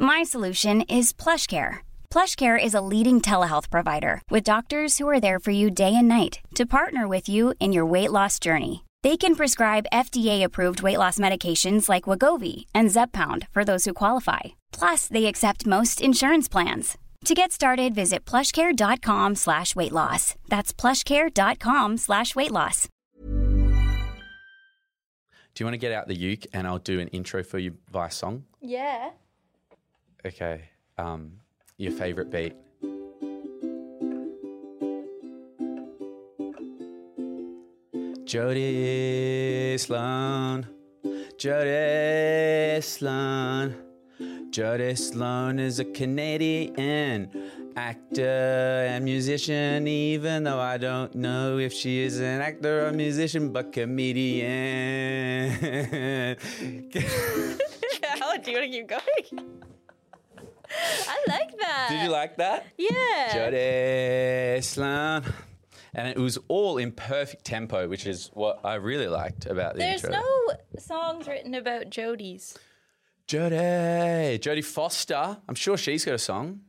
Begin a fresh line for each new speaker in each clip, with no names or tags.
My solution is PlushCare. PlushCare is a leading telehealth provider with doctors who are there for you day and night to partner with you in your weight loss journey. They can prescribe FDA-approved weight loss medications like Wagovi and Zepbound for those who qualify. Plus, they accept most insurance plans. To get started, visit plushcare.com slash weight loss. That's plushcare.com slash weight loss.
Do you want to get out the uke and I'll do an intro for you by song?
Yeah.
Okay. Um, your favorite beat. Jody Sloan, Jody Sloan, Jody Sloan is a Canadian actor and musician, even though I don't know if she is an actor or musician, but comedian.
Alan, Oh, do you want to keep going? I like that.
Did you like that?
Uh, Yeah.
Jody Sloan. And it was all in perfect tempo, which is what I really liked about the
There's
intro.
no songs written about Jodies.
Jodie, Jodie Foster. I'm sure she's got a song.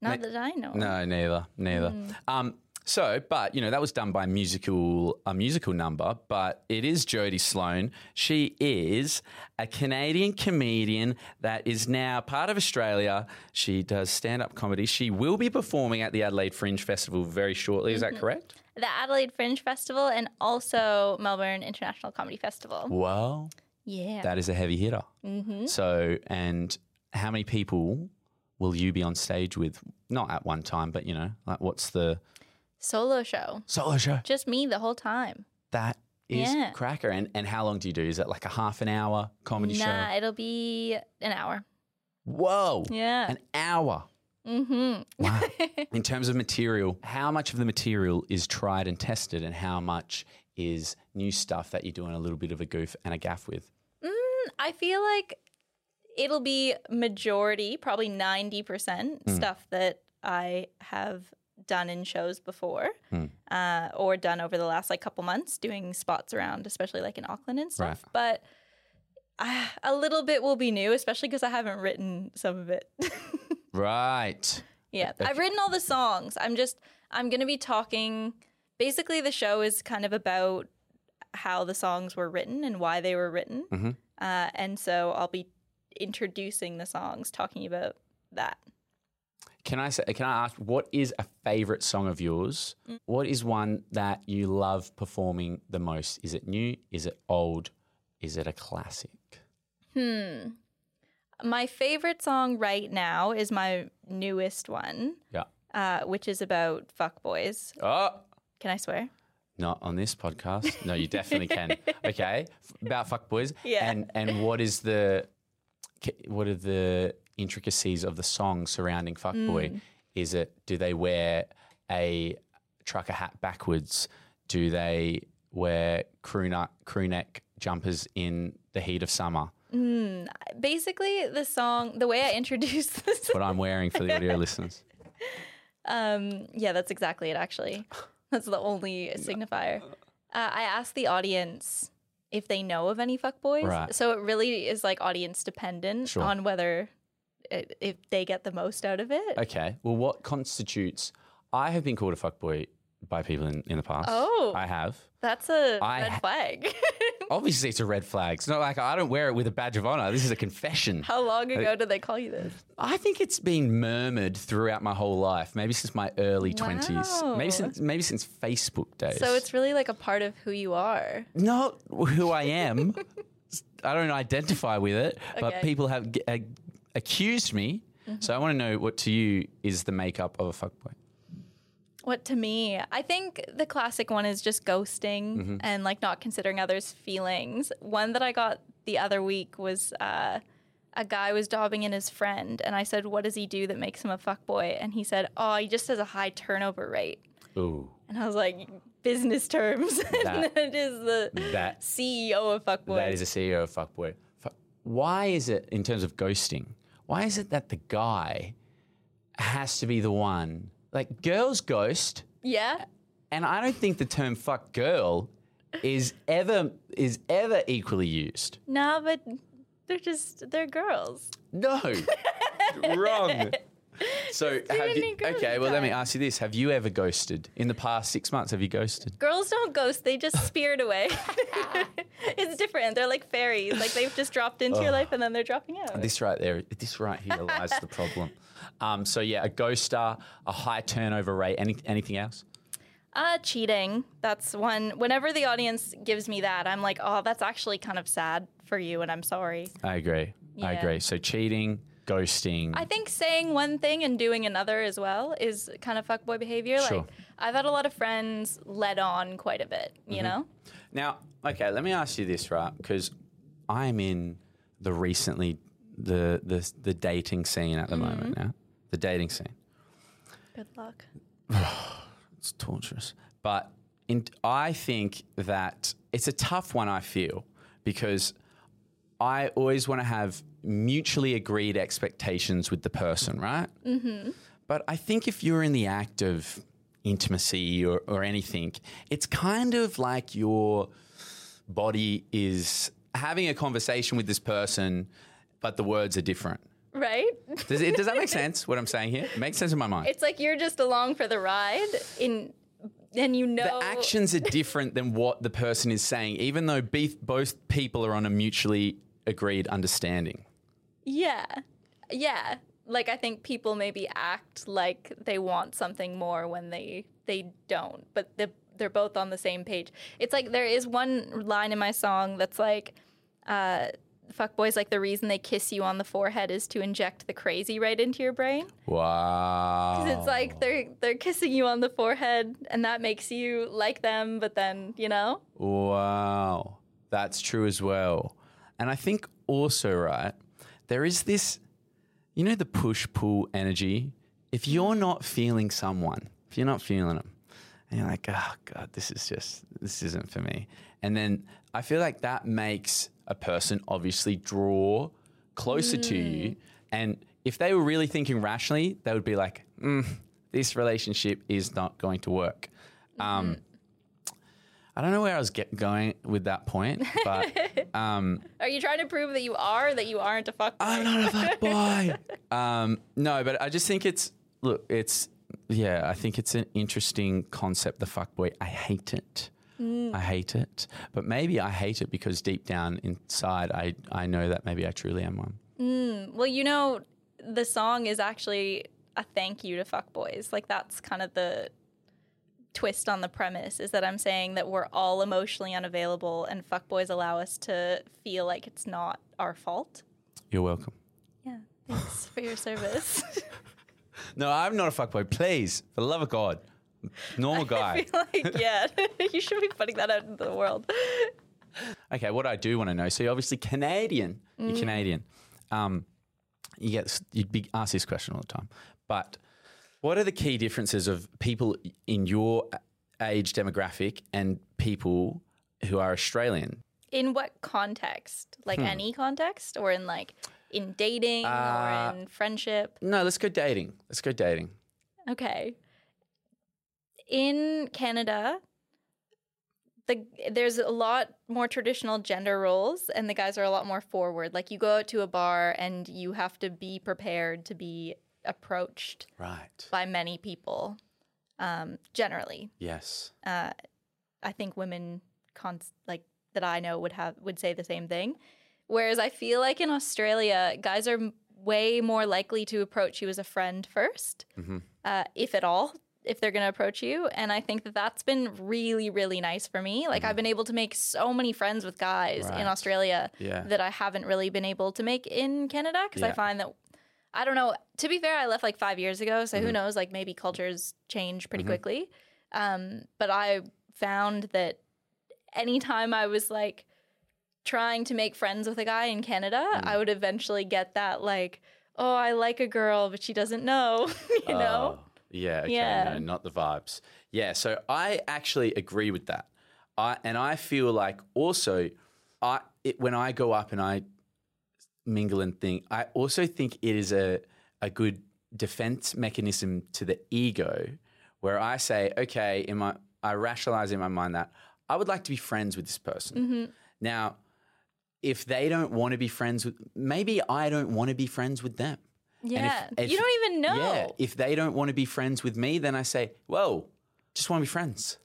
Not that I know.
No, neither, neither.
Hmm.
Um, so, but you know that was done by musical a musical number, but it is Jodie Sloan. She is a Canadian comedian that is now part of Australia. She does stand up comedy. She will be performing at the Adelaide Fringe Festival very shortly. Is
Mm-hmm.
that correct?
The Adelaide Fringe Festival and also Melbourne International Comedy Festival.
Well,
Yeah. Mm.
that is a heavy hitter. Mm-hmm. So, and how many people will you be on stage with? Not at one time, but you know, like what's the
Solo show.
solo show?
Just me the whole time.
That is
Yeah.
cracker. And and how long do you do? Is it like a half an hour comedy
nah,
show?
it'll be an hour.
Whoa.
Yeah.
An hour.
Mm-hmm.
Wow. In terms of material, how much of the material is tried and tested and how much is new stuff that you're doing a little bit of a goof and a gaff with?
I feel like it'll be majority, probably 90% stuff that I have done in shows before uh, or done over the last like couple months doing spots around, especially like in Auckland and stuff.
Right.
But uh, a little bit will be new, especially because I haven't written some of it.
Right.
yeah. I've written all the songs. I'm just, I'm going to be talking. Basically, the show is kind of about how the songs were written and why they were written.
hmm
Uh, and so I'll be introducing the songs, talking about that.
Can I say, can I ask what is a favorite song of yours? What is one that you love performing the most? Is it new? Is it old? Is it a classic?
Hmm. My favorite song right now is my newest one,
Yeah.
uh, which is about fuckboys.
Oh,
Can I swear?
Not on this podcast. No, you definitely can. Okay, F- about fuck boys.
Yeah.
And and what is the ca- what are the intricacies of the song surrounding fuck
Mm.
boy? Is it do they wear a trucker hat backwards? Do they wear crew neck, crew neck jumpers in the heat of summer?
Basically, the song, the way I introduce this,
What I'm wearing for the audio listeners.
um, yeah, that's exactly it, actually. That's the only signifier. Uh, I asked the audience if they know of any fuckboys.
Right.
So it really is like audience dependent
Sure.
on whether it, if they get the most out of it.
Okay. Well, what constitutes? I have been called a fuck boy by people in, in the past.
Oh.
I have.
That's a
I
red
ha-
flag.
Obviously, it's a red flag. It's not like I don't wear it with a badge of honor. This is a confession.
How long ago did they call you this?
I think it's been murmured throughout my whole life, maybe since my early twenties,
Wow.
maybe since maybe since Facebook days.
So it's really like a part of who you are.
not who I am. I don't identify with it, but
Okay. Mm-hmm.
people have uh, g- a- accused me. So I want to know what to you is the makeup of a fuckboy.
What to me? I think the classic one is just ghosting
Mm-hmm.
and like not considering others' feelings. One that I got the other week was uh, a guy was dobbing in his friend, and I said, "What does he do that makes him a fuckboy?" And he said, "Oh, he just has a high turnover rate."
Ooh,
And I was like, "Business terms." and
That-
it is the
that
CEO of fuckboy.
that is a CEO of fuckboy. Fuck. Why is it in terms of ghosting? Why is it that the guy has to be the one? Like girls ghost,
yeah.
and I don't think the term fuck girl is ever is ever equally used.
No, but they're just they're girls.
No, wrong. So have
many
you,
girls
okay? Well, let me
died.
ask you this: Have you ever ghosted in the past six months? Have you ghosted?
Girls don't ghost, they just spirit away. it's different. They're like fairies. Like they've just dropped into your life and then they're dropping out.
This right there, this right here lies the problem. Um, so yeah, a ghoster, a high turnover rate. Any, anything else?
Uh cheating. That's one whenever the audience gives me that, I'm like, "Oh, that's actually kind of sad for you and I'm sorry."
I agree. I
Yeah.
agree. So cheating, ghosting.
I think saying one thing and doing another as well is kind of fuckboy behavior.
Sure.
Like I've had a lot of friends led on quite a bit, you
Mm-hmm.
know?
now, okay, let me ask you this, right? Because I'm in the recently the the the dating scene at the
Mm-hmm.
moment now. The dating scene.
Good luck.
it's torturous. But in, I think that it's a tough one, I feel, because I always want to have mutually agreed expectations with the person, right? Mm-hmm. But I think if you're in the act of intimacy or, or anything, it's kind of like your body is having a conversation with this person, but the words are different.
Right?
Does, it, does that make sense, what I'm saying here? It makes sense in my mind.
It's like you're just along for the ride in and you know
the actions are different than what the person is saying, even though be- both people are on a mutually agreed understanding.
Yeah. Yeah. Like I think people maybe act like they want something more when they they don't, but they they're both on the same page. It's like there is one line in my song that's like uh fuckboys like the reason they kiss you on the forehead is to inject the crazy right into your brain.
Wow.
'Cause It's like they're they're kissing you on the forehead and that makes you like them, but then, you know?
Wow. That's true as well. And I think also, right, there is this, you know, the push pull energy. If you're not feeling someone, if you're not feeling them, and you're like, oh, God, this is just, this isn't for me. And then I feel like that makes a person obviously draw closer to you. And if they were really thinking rationally, they would be like, mm, this relationship is not going to work. Um, I don't know where I was get going with that point, but
Are you trying to prove that you are that you aren't a fuckboy?
I'm not a fuck boy. Um, no, but I just think it's look, it's yeah, I think it's an interesting concept. The fuck boy, I hate it. I hate it, but maybe I hate it because deep down inside, I I know that maybe I truly am one.
Well, you know, the song is actually a thank you to fuckboys. Like that's kind of the twist on the premise is that I'm saying that we're all emotionally unavailable and fuckboys allow us to feel like it's not our fault.
You're welcome.
Yeah. Thanks for your service.
No, I'm not a fuck boy. Please, for the love of God, normal guy.
like, yeah. you should be putting that out into the world.
Okay, what I do want to know. So you're obviously Canadian. You're Canadian. Um, you get you'd be asked this question all the time. But what are the key differences of people in your age demographic and people who are Australian?
In what context? Like any context or in like in dating or in friendship?
No, let's go dating. Let's go dating.
Okay. In Canada, the there's a lot more traditional gender roles and the guys are a lot more forward. Like you go out to a bar and you have to be prepared to be approached
Right.
by many people. Um, generally,
Yes.
uh, I think women cons- like that I know would have would say the same thing. Whereas I feel like in Australia, guys are m- way more likely to approach you as a friend 1st uh, if at all, if they're going to approach you. And I think that that's been really, really nice for me. Like I've been able to make so many friends with guys
Right.
in Australia
Yeah.
that I haven't really been able to make in Canada because I
Yeah.
find that I don't know. To be fair, I left like five years ago, so
Mm-hmm.
who knows? Like maybe cultures change pretty quickly. Um, but I found that anytime I was like trying to make friends with a guy in Canada,
Mm.
I would eventually get that like, oh, I like a girl, but she doesn't know, you
Oh,
know?
yeah. Okay.
Yeah.
No, not the vibes. Yeah. So I actually agree with that. I and I feel like also, I it, when I go up and I mingle and think, I also think it is a a good defense mechanism to the ego, where I say, okay, in my I rationalize in my mind that I would like to be friends with this person.
Mm-hmm.
Now, if they don't want to be friends with, maybe I don't want to be friends with them. And if-
Yeah. You don't even know.
Yeah, if they don't want to be friends with me, then I say, "Whoa, just want to be friends,"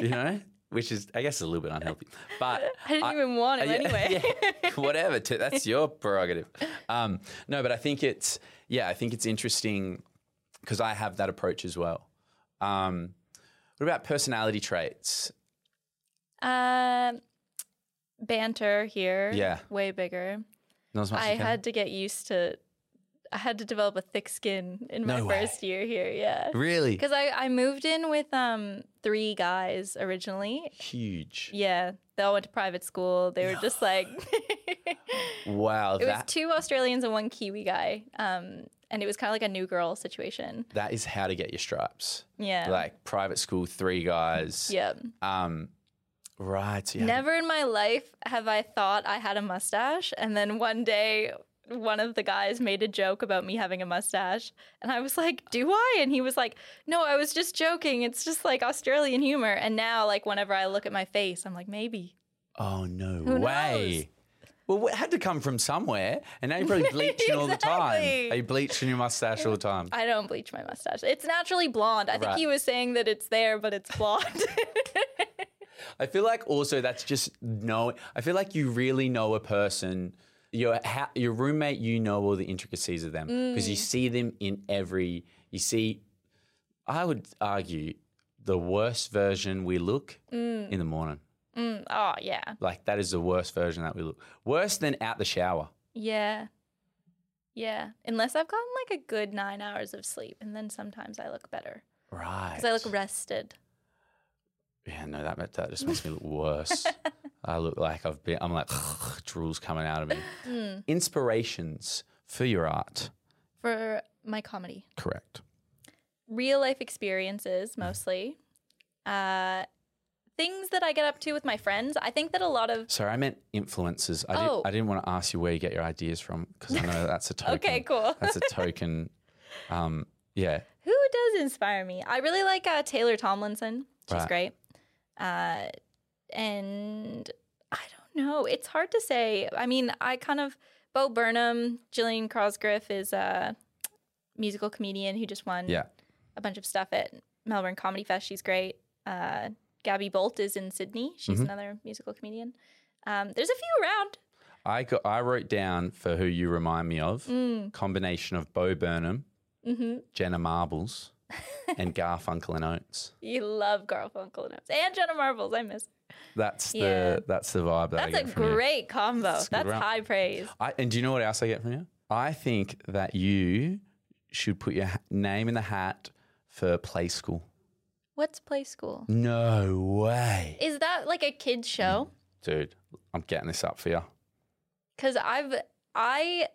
you know, which is, I guess, a little bit unhealthy. But uh,
I didn't even want him
yeah,
anyway.
yeah. whatever. t- that's your prerogative. Um, no, but I think it's yeah, I think it's interesting because I have that approach as well. Um, what about personality traits?
Um, banter here.
Yeah.
Way bigger.
Not as much
I
as you can-
had to get used to. I had to develop a thick skin in my
No way.
first year here. Yeah.
really
Because I, I moved in with um three guys originally.
huge.
Yeah. They all went to private school. They were just like,
Wow,
it was
that
two Australians and one Kiwi guy. Um, and it was kind of like a new girl situation.
that is how to get your stripes.
Yeah.
Like private school, three guys.
yeah.
Um, right. So you had-
Never in my life have I thought I had a mustache. And then one day, one of the guys made a joke about me having a mustache. And I was like, Do I? And he was like, No, I was just joking. It's just like Australian humor. And now, like, whenever I look at my face, I'm like, Maybe.
Oh no
Who
way. Well, it had to come from somewhere, and now you're probably bleaching all the time.
Exactly.
Are you bleaching your mustache all the time?
I don't bleach my mustache. It's naturally blonde. I think
Right.
he was saying that it's there, but it's blonde.
I feel like also that's just know. I feel like you really know a person. Your ha- your roommate, you know all the intricacies of them because
Mm.
you see them in every. You see, I would argue the worst version we look
Mm.
in the morning.
oh, yeah.
Like that is the worst version that we look. Worse than out the shower.
Yeah. Yeah. Unless I've gotten like a good nine hours of sleep. And then sometimes I look better
Right.
because I look rested.
Yeah, no, that ma- that just makes me look worse. I look like I've been. I'm like drool's coming out of me.
Hmm.
Inspirations for your art,
for my comedy.
correct?
Real life experiences
Hmm.
mostly. Uh, things that I get up to with my friends. I think that a lot of.
Sorry, I meant influences. I,
Oh.
did, I didn't want to ask you where you get your ideas from because I know that's a token.
Okay, cool.
That's a token. Um, yeah,
Who does inspire me? I really like uh, Taylor Tomlinson. She's
Right.
great. Uh, and I don't know. It's hard to say. I mean, I kind of. Bo Burnham, Gillian Crosgriff is a musical comedian who just won
yeah.
a bunch of stuff at Melbourne Comedy Fest. She's great. Uh, Gabby Bolt is in Sydney. She's
Mm-hmm.
another musical comedian. Um, there's a few around.
I got. I wrote down for who you remind me of.
Mm.
Combination of Bo Burnham,
mm-hmm.
Jenna Marbles, and Garfunkel and Oates.
You love Garfunkel and Oates and Jenna Marbles. I miss.
That's
Yeah.
the that's the vibe that I
That's
get
a
from you.
great combo.
It's a good
That's
round.
high praise.
I, and do you know what else I get from you? I think that you should put your ha- name in the hat for play school.
What's Play School?
No way.
Is that like a kids
Mm-hmm.
show?
Dude, I'm getting this up for you.
Because I've I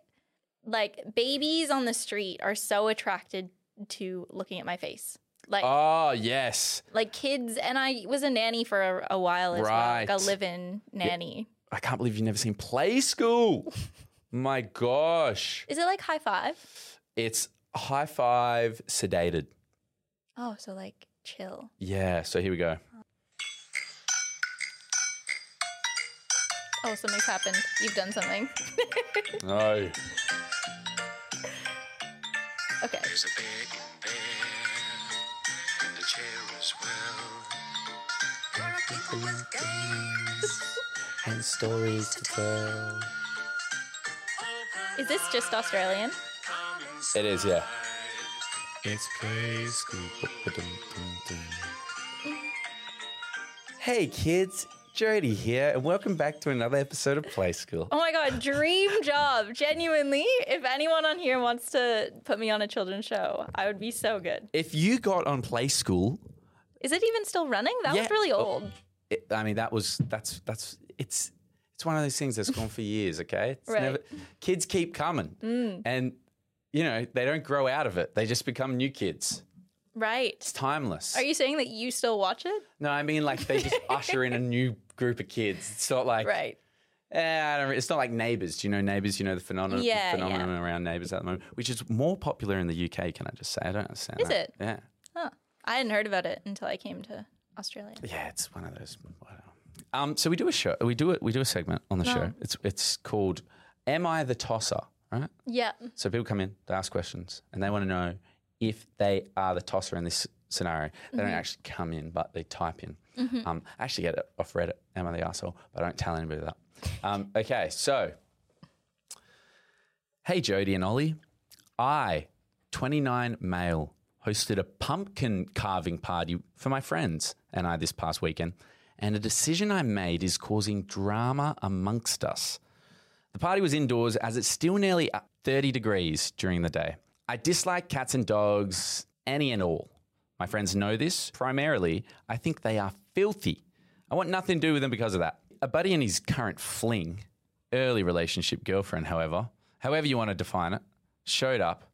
like babies on the street are so attracted to looking at my face. Like
Oh, yes.
like kids, and I was a nanny for a, a while as well,
Right.
like a live-in nanny.
I can't believe you've never seen play school. My gosh.
Is it like high five?
It's high five sedated.
Oh, so like chill.
Yeah, so here we go.
Oh, something's happened. You've done something.
No.
Okay.
There's a bed in there, and a chair as well. There are people with games.
And stories to tell.
Is this just Australian?
It is, yeah.
It's play school.
Hey kids, Jody here, and welcome back to another episode of Play School.
Oh my god, dream job. Genuinely, if anyone on here wants to put me on a children's show, I would be so good.
If you got on Play School,
Is it even still running? That
Yeah. Oh.
was really old.
it, I mean, that was that's that's it's it's one of those things that's gone for years. Okay, it's
Right. Mm.
kids keep coming, and you know they don't grow out of it. They just become new kids.
Right.
It's timeless.
Are you saying that you still watch it?
no, I mean like they just usher in a new group of kids. It's not like
Right.
Eh, I don't, re- it's not like Neighbours. Do you know Neighbours? You know the phenomenon,
Yeah,
phenomenon around Neighbours at the moment, which is more popular in the UK. Can I just say? I don't understand.
Is
that.
it?
Yeah,
Huh. I hadn't heard about it until I came to Australia.
yeah. It's one of those. wow. Um, so we do a show. We do it. We do a segment on the show. It's it's called "Am I the Tosser?" Right.
Yeah.
So people come in, they ask questions, and they want to know if they are the tosser in this scenario. They don't actually come in, but they type in. Um, I actually get it off Reddit. Am I the asshole? But I don't tell anybody that. Um, okay, so hey Jody and Ollie, I, 29 male, hosted a pumpkin carving party for my friends and I this past weekend, and a decision I made is causing drama amongst us. The party was indoors as it's still nearly 30 degrees during the day. I dislike cats and dogs, any and all. My friends know this. Primarily, I think they are filthy. I want nothing to do with them because of that. A buddy and his current fling, early relationship girlfriend, however, however you want to define it, showed up.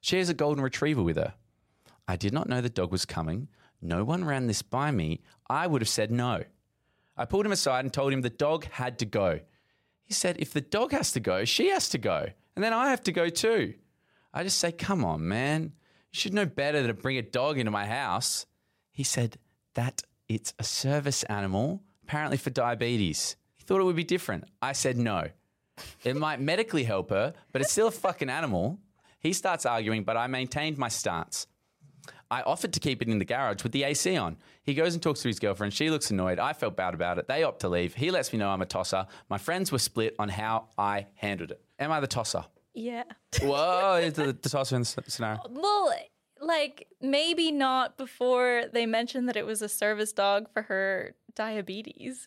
She has a golden retriever with her. I did not know the dog was coming. No one ran this by me. I would have said no. I pulled him aside and told him the dog had to go. He said, if the dog has to go, she has to go. And then I have to go too. I just say, come on, man. You should know better than to bring a dog into my house. He said, that it's a service animal, apparently for diabetes. He thought it would be different. I said, no. It might medically help her, but it's still a fucking animal. He starts arguing, but I maintained my stance. I offered to keep it in the garage with the AC on. He goes and talks to his girlfriend. She looks annoyed. I felt bad about it. They opt to leave. He lets me know I'm a tosser. My friends were split on how I handled it. Am I the tosser?
Yeah.
Whoa, is the, the tosser in the s- scenario.
Well, like maybe not before they mentioned that it was a service dog for her diabetes.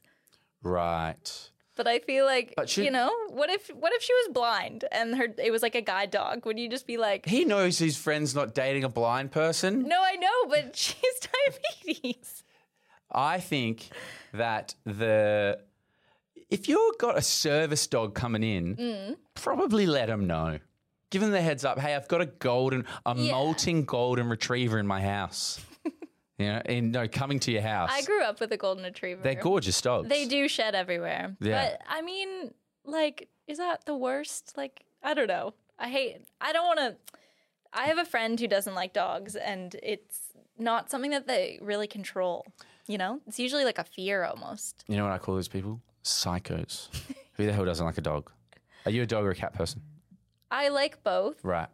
Right.
But I feel like
But should-
you know, what if what if she was blind and her it was like a guide dog? Would you just be like,
He knows his friend's not dating a blind person.
"No, I know, but she's diabetes."
I think that the if you've got a service dog coming in,
Mm.
probably let them know. Give them the heads up. Hey, I've got a golden, a molting golden retriever in my house. you know, and no, coming to your house.
I grew up with a golden retriever.
They're gorgeous dogs.
They do shed everywhere.
Yeah.
But I mean, like, is that the worst? Like, I don't know. I hate. I don't want to. I have a friend who doesn't like dogs, and it's not something that they really control. You know, it's usually like a fear almost.
You know what I call those people? Psychos. Who the hell doesn't like a dog? Are you a dog or a cat person?
I like both.
Right.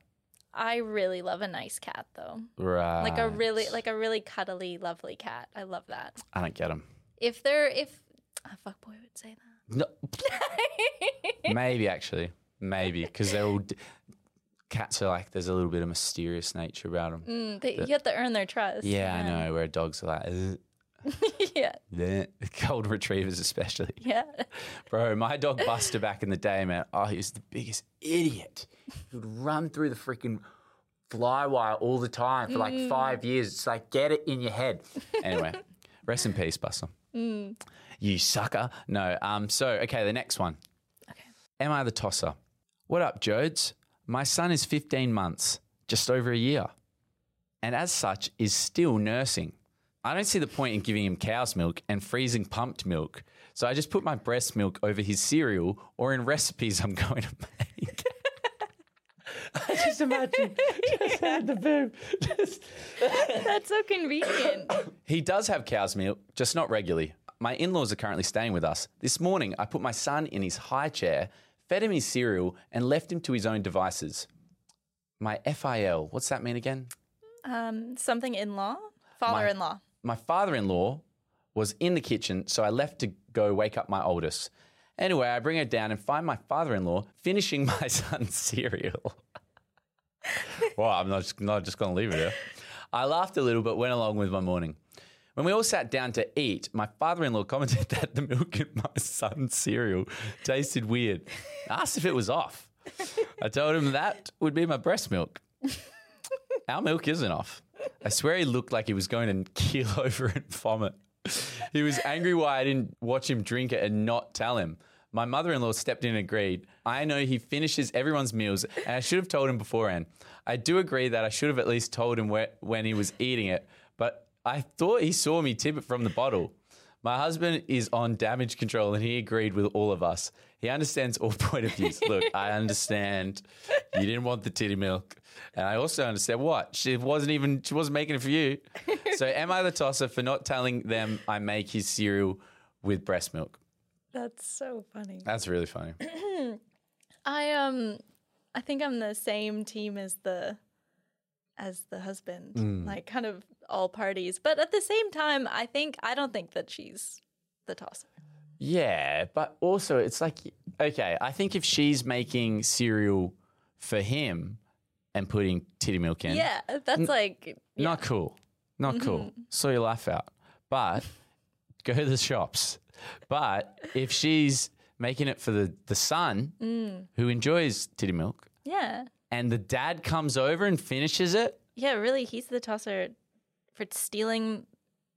I really love a nice cat, though.
Right.
Like a really, like a really cuddly, lovely cat. I love that.
I don't get them.
If they're, if a fuckboy would say that.
No. Maybe actually, maybe because they're all d- cats are like there's a little bit of mysterious nature about them.
Mm, They, you have to earn their trust.
Yeah, I know. Where dogs are like, "Ugh,
yeah.
bleh." cold retrievers especially.
Yeah.
Bro, my dog Buster back in the day, man. Oh, he was the biggest idiot. He would run through the freaking fly wire all the time for like five years. It's like, get it in your head. Anyway, rest in peace, Buster. You sucker. No. Um. So, okay, the next one. Okay. Am I the tosser? What up, Jodes? My son is 15 months, just over a year, and as such is still nursing. I don't see the point in giving him cow's milk and freezing pumped milk. So I just put my breast milk over his cereal or in recipes I'm going to make. I just imagine just had the boob. Just-
That's so convenient.
He does have cow's milk, just not regularly. My in laws are currently staying with us. This morning, I put my son in his high chair, fed him his cereal, and left him to his own devices. My FIL, what's that mean again?
Um, something in law, father in law.
my father in law was in the kitchen, so I left to go wake up my oldest. Anyway, I bring her down and find my father in law finishing my son's cereal. well, I'm not just, not just going to leave it there. I laughed a little but went along with my morning. When we all sat down to eat, my father in law commented that the milk in my son's cereal tasted weird. I asked if it was off. I told him that would be my breast milk. Our milk isn't off. I swear he looked like he was going to keel over and vomit. He was angry why I didn't watch him drink it and not tell him. My mother in law stepped in and agreed. I know he finishes everyone's meals, and I should have told him beforehand. I do agree that I should have at least told him where, when he was eating it, but I thought he saw me tip it from the bottle. My husband is on damage control and he agreed with all of us. He understands all point of views. Look, I understand you didn't want the titty milk. And I also understand what? She wasn't even she wasn't making it for you. So am I the tosser for not telling them I make his cereal with breast milk?
That's so funny.
That's really funny.
I um I think I'm the same team as the as the husband. Like kind of all parties. But at the same time, I think I don't think that she's the tosser.
Yeah, but also it's like okay, I think if she's making cereal for him and putting titty milk in.
Yeah, that's like
Not cool. Not cool.
Mm-hmm.
Saw your life out. But go to the shops. But if she's making it for the, the son
Mm.
who enjoys titty milk
yeah.
and the dad comes over and finishes it,
Yeah, really he's the tosser for stealing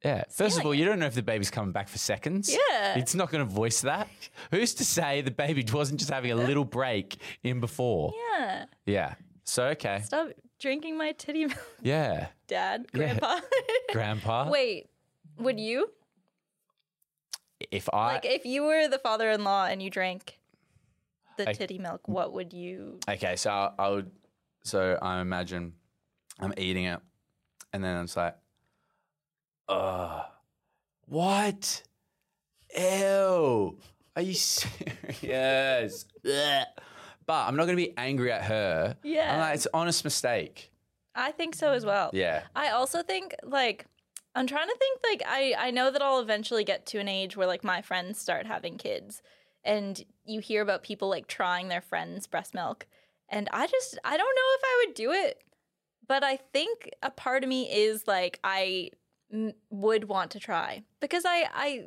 yeah. First of
Stealing
all, you don't know if the baby's coming back for seconds.
Yeah.
It's not going to voice that. Who's to say the baby wasn't just having a little break in before?
Yeah.
Yeah. So, okay.
Stop drinking my titty milk,
Yeah.
dad,
Yeah.
grandpa.
Grandpa.
Wait, would you?
If I.
Like if you were the father-in-law and you drank the
I-
titty milk, what would you
Okay, so I, I would. So I imagine I'm eating it, and then it's like, uh, what? Ew! Are you serious? Blech. but I'm not gonna be angry at her.
Yeah.
I'm like, it's an honest mistake.
I think so as well.
Yeah.
I also think like I'm trying to think like I I know that I'll eventually get to an age where like my friends start having kids and you hear about people like trying their friends breast milk and I just I don't know if I would do it but I think a part of me is like I m- would want to try because I I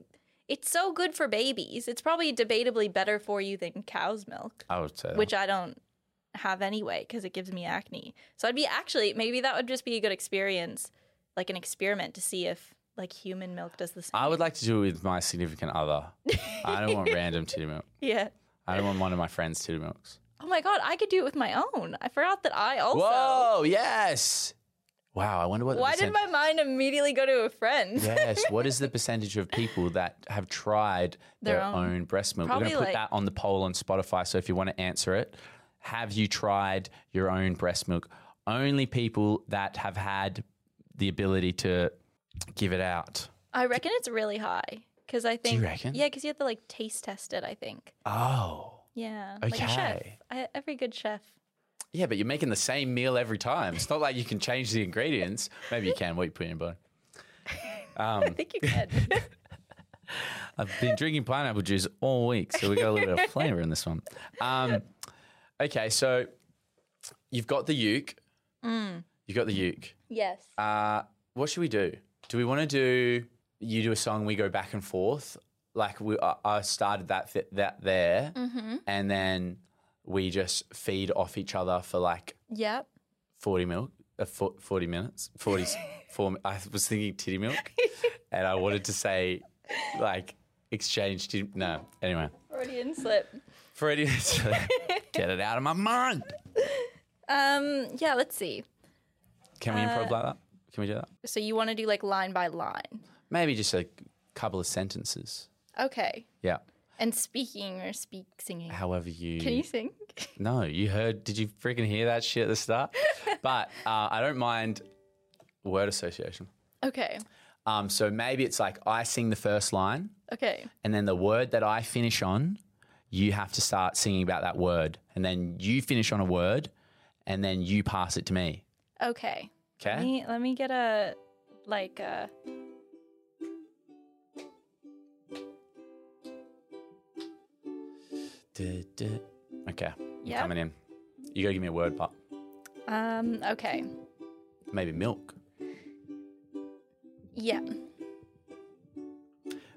it's so good for babies. It's probably debatably better for you than cow's milk
I would say. that.
which I don't have anyway because it gives me acne. So I'd be actually maybe that would just be a good experience, like an experiment to see if like human milk does the same.
I would like to do it with my significant other. I don't want random titty milk.
yeah.
I don't want one of my friends' titty milks.
Oh my god, I could do it with my own. I forgot that I also.
Whoa! Yes. Wow. I wonder what. the
Why did
percent-
my mind immediately go to a friend?
Yes. What is the percentage of people that have tried their,
Their
own.
own.
breast milk? We're
Probably
going to put
like-
that on the poll on Spotify. So if you want to answer it, have you tried your own breast milk? Only people that have had the ability to give it out.
I reckon it's really high because I think.
reckon?
Yeah, because you have to like taste test it. I think.
Oh.
Yeah. Like a chef.
Okay.
I, every good chef.
Yeah, but you're making the same meal every time. It's not like you can change the ingredients. Maybe you can. What you put in your body.
I think you can.
I've been drinking pineapple juice all week, so we got a little bit of flavour in this one. Um, okay, so you've got the uke. You've got the uke.
yes.
Uh, what should we do? Do we want to do you do a song, we go back and forth? Like we, I I started that th- that there,
Mm. Mm-hmm.
and then we just feed off each other for like
Yep.
forty milk, uh, fo- forty minutes, forty s- four. mi- I was thinking titty milk, and I wanted to say like exchange. Titty, no, anyway,
Freudian slip.
Freddie, get it out of my mind.
Um. Yeah. Let's see.
Can we improv
Uh,
like that? Can we do that?
So you want to do like line by line.
Maybe just a couple of sentences.
Okay.
Yeah.
And speaking or speak singing.
However you
Can you sing?
No, you heard. Did you freaking hear that shit at the start? but uh, I don't mind word association.
okay.
Um, so maybe it's like I sing the first line,
Okay.
and then the word that I finish on, you have to start singing about that word, and then you finish on a word, and then you pass it to me.
Okay. Let
Okay.
me, let me get a like a
Duh, duh. Okay.
Yeah.
I'm coming in. You gotta give me a word, but
um okay.
maybe milk.
Yeah.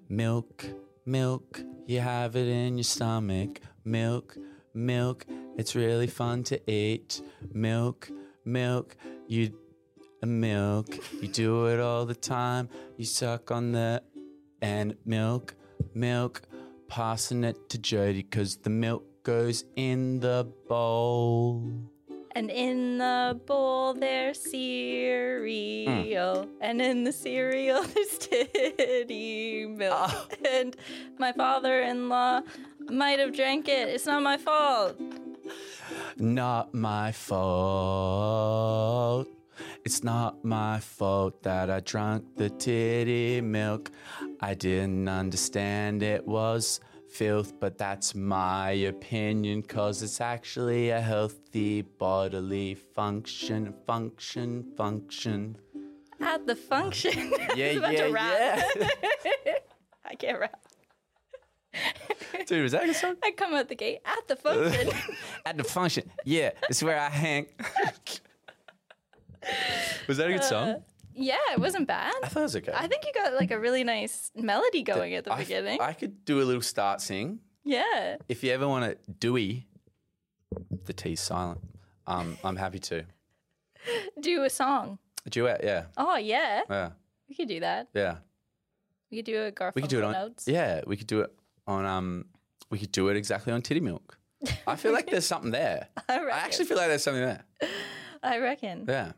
Milk, milk, you have it in your stomach. Milk, milk, it's really fun to eat. Milk, milk, you milk, you do it all the time. You suck on the and milk, milk, passing it to Jody because the milk goes in the bowl.
And in the bowl there's cereal, and in the cereal there's titty milk. And my father-in-law might have drank it. It's not my fault.
Not my fault. It's not my fault that I drank the titty milk. I didn't understand it was filth, but that's my opinion, cause it's actually a healthy bodily function, function, function.
At the function.
Yeah,
It's about to rap. I can't rap.
Dude, was that a song?
I come out the gate at the function.
At the function. Yeah, it's where I hang. was that a good song?
yeah, it wasn't bad.
I thought it was okay.
Uh, I think you got like a really nice melody going at the
I f-
beginning.
I could do a little start sing.
yeah.
If you ever want to Dewey, the T's silent. Um, I'm happy to.
Do a song.
A duet, yeah.
Oh yeah.
Yeah.
We could do that.
Yeah.
We could do a Garfunkel
We could do it on
notes.
Yeah, we could do it on um we could do it exactly on Titty Milk. I feel like there's something there. I, actually feel like there's something there.
I reckon.
Yeah.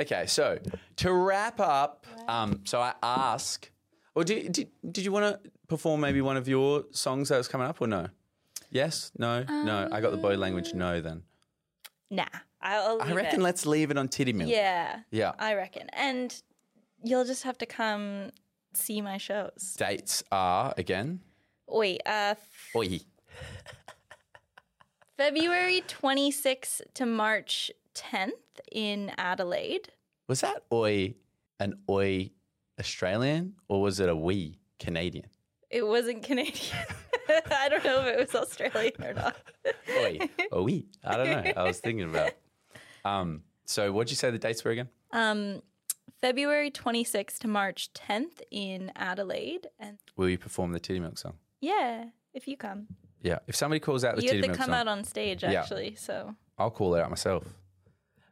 Okay, so to wrap up, um, so I ask, or did, did, did you want to perform maybe one of your songs that was coming up or no? Yes, no, no. I got the body language no then.
Nah. I'll
I
leave
reckon
it.
let's leave it on Titty Milk.
Yeah.
Yeah.
I reckon. And you'll just have to come see my shows.
Dates are again.
Wait, uh
Oi.
February 26th to March 10th in Adelaide.
Was that oi an oi Australian or was it a we Canadian?
It wasn't Canadian. I don't know if it was Australian or not.
Oi. oi. I don't know. I was thinking about. it. Um, so what'd you say the dates were again?
Um, February 26th to March 10th in Adelaide. And
Will you perform the Titty Milk song?
yeah, if you come,
Yeah. If somebody calls out the
you
Titty
have to
Milk
come
song,
out on stage
Yeah.
actually. So
I'll call it out myself.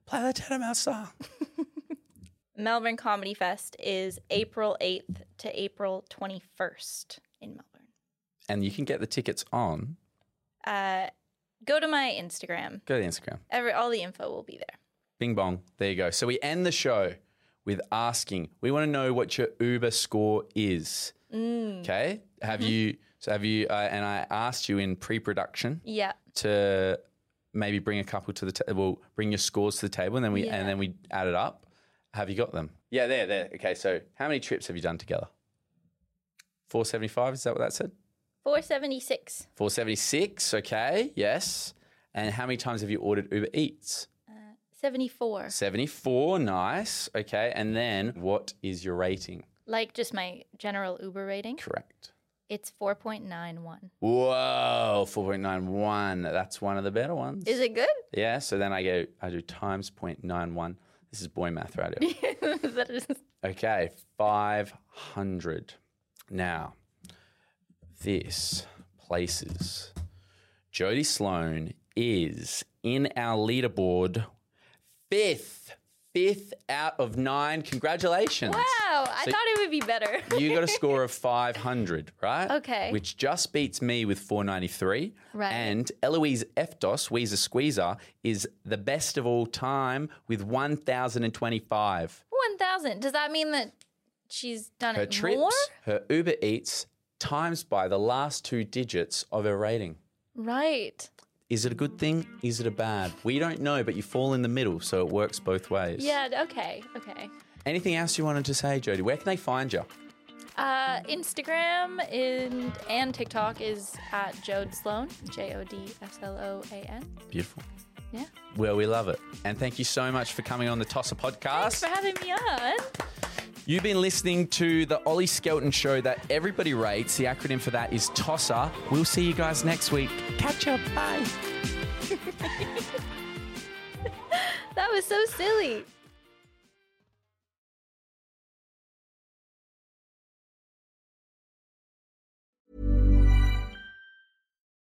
Play the Titty Milk song.
Melbourne Comedy Fest is April 8th to April 21st in Melbourne.
And you can get the tickets on.
Uh, go to my Instagram.
Go to the Instagram.
Every all the info will be there.
Bing bong. There you go. So we end the show with asking. We want to know what your Uber score is. Okay. Have you? So have you? Uh, and I asked you in pre-production
Yeah.
to maybe bring a couple to the table. Well, bring your scores to the table, and then we
Yeah.
and then we add it up. Have you got them? Yeah, there, there. Okay. So how many trips have you done together? Four seventy-five. Is that what that said?
476.
Four seventy-six. Okay. Yes. And how many times have you ordered Uber Eats?
74.
74, nice. Okay, and then what is your rating?
Like just my general Uber rating,
Correct.
it's 4.91.
Whoa, 4.91. That's one of the better ones.
Is it good?
Yeah, so then I go, I do times 0.91. This is boy math radio.
That is-
Okay, 500. Now, this places Jody Sloan is in our leaderboard fifth, fifth out of nine. Congratulations.
wow. I thought it would be better.
you got a score of 500, right?
Okay.
Which just beats me with 493.
Right.
And Eloise Eftos, Weezer Squeezer, is the best of all time with 1,025.
1,000. Does that mean that she's done
Her
it
trips,
more?
her Uber Eats, times by the last two digits of her rating.
Right.
Is it a good thing? Is it a bad? We don't know, but you fall in the middle, so it works both ways.
Yeah, okay, okay.
Anything else you wanted to say, Jody? Where can they find you?
Uh, Instagram and, and TikTok is at Jode Sloan, J O D S L O A N.
Beautiful.
Yeah.
Well, we love it. And thank you so much for coming on the Tosser
Thanks
podcast.
for having me on.
You've been listening to the Ollie Skelton show that everybody rates. The acronym for that is TOSSA. We'll see you guys next week. Catch up. Bye.
That was so silly.